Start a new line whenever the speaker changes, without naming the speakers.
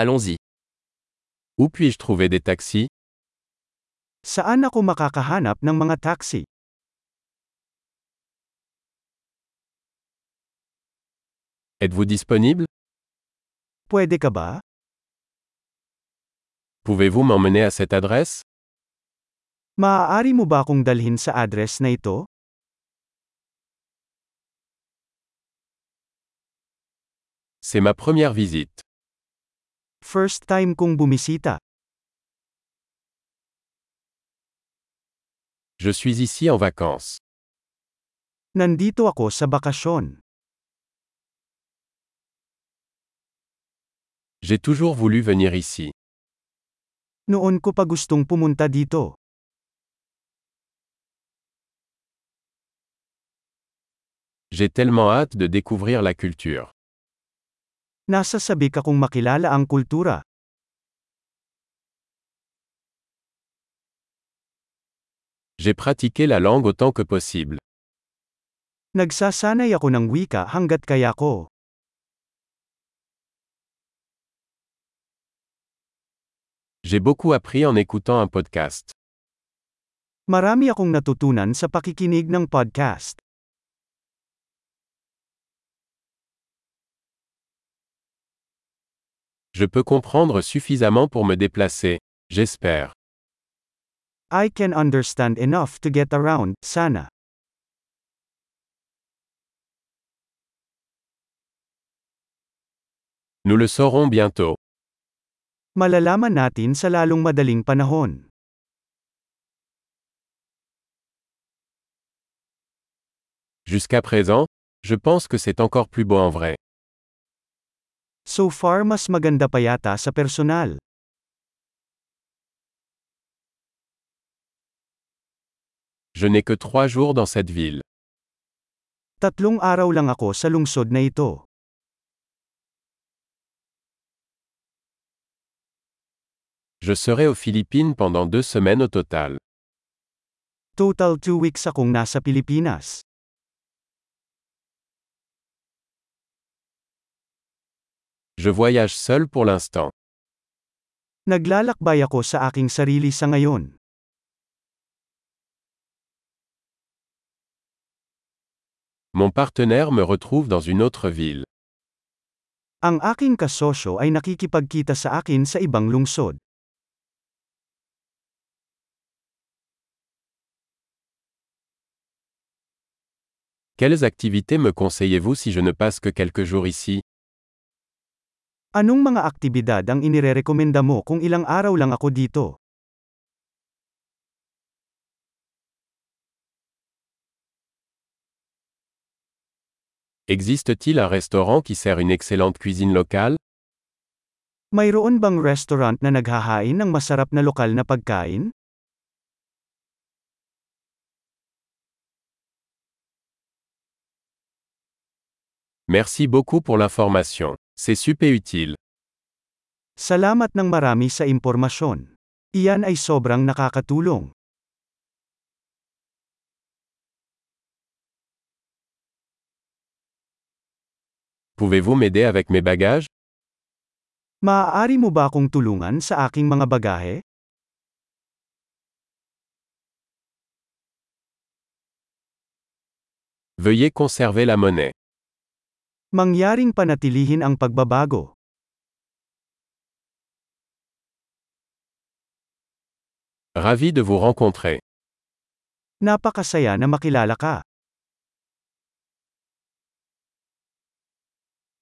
Allons-y. Où puis-je trouver des taxis
Saan ako makakahanap ng mga taxi?
Êtes-vous disponible
Pwede ka ba?
Pouvez-vous m'emmener à cette adresse
Maaari mo ba akong dalhin sa address na ito?
C'est ma première visite.
First time kong bumisita.
Je suis ici en vacances.
Nandito ako sa bakasyon.
J'ai toujours voulu venir ici.
Noon ko pa gustong pumunta dito.
J'ai tellement hâte de découvrir la culture.
Nasa sabik akong makilala ang kultura.
J'ai pratiqué la langue autant que possible.
Nagsasanay ako ng wika hanggat kaya ko.
J'ai beaucoup appris en écoutant un podcast.
Marami akong natutunan sa pakikinig ng podcast.
Je peux comprendre suffisamment pour me déplacer, j'espère.
I can understand enough to get around, sana.
Nous le saurons bientôt.
Malalaman natin sa lalong madaling panahon.
Jusqu'à présent, je pense que c'est encore plus beau en vrai.
So far mas maganda pa yata sa personal.
Je n'ai que trois jours dans cette ville.
Tatlong araw lang ako sa lungsod na ito.
Je serai aux Philippines pendant deux semaines au total.
Total 2 weeks akong nasa Pilipinas.
Je voyage seul pour l'instant.
Naglalakbay ako sa aking sarili sa ngayon.
Mon partenaire me retrouve dans une autre ville.
Ang aking kasosyo ay nakikipagkita sa akin sa ibang lungsod.
Quelles activités me conseillez-vous si je ne passe que quelques jours ici
Anong mga aktibidad ang inirerekomenda mo kung ilang araw lang ako dito?
Existe-t-il un restaurant qui sert une excellente cuisine locale
Mayroon bang restaurant na naghahain ng masarap na lokal na pagkain?
Merci beaucoup pour l'information. C'est super utile.
Salamat ng marami sa impormasyon. Iyan ay sobrang nakakatulong.
Pouvez-vous m'aider avec mes bagages
Maaari mo ba akong tulungan sa aking mga bagahe?
Veuillez conserver la monnaie.
Mangyaring panatilihin ang pagbabago.
Ravi de vous rencontrer.
Napakasaya na makilala ka.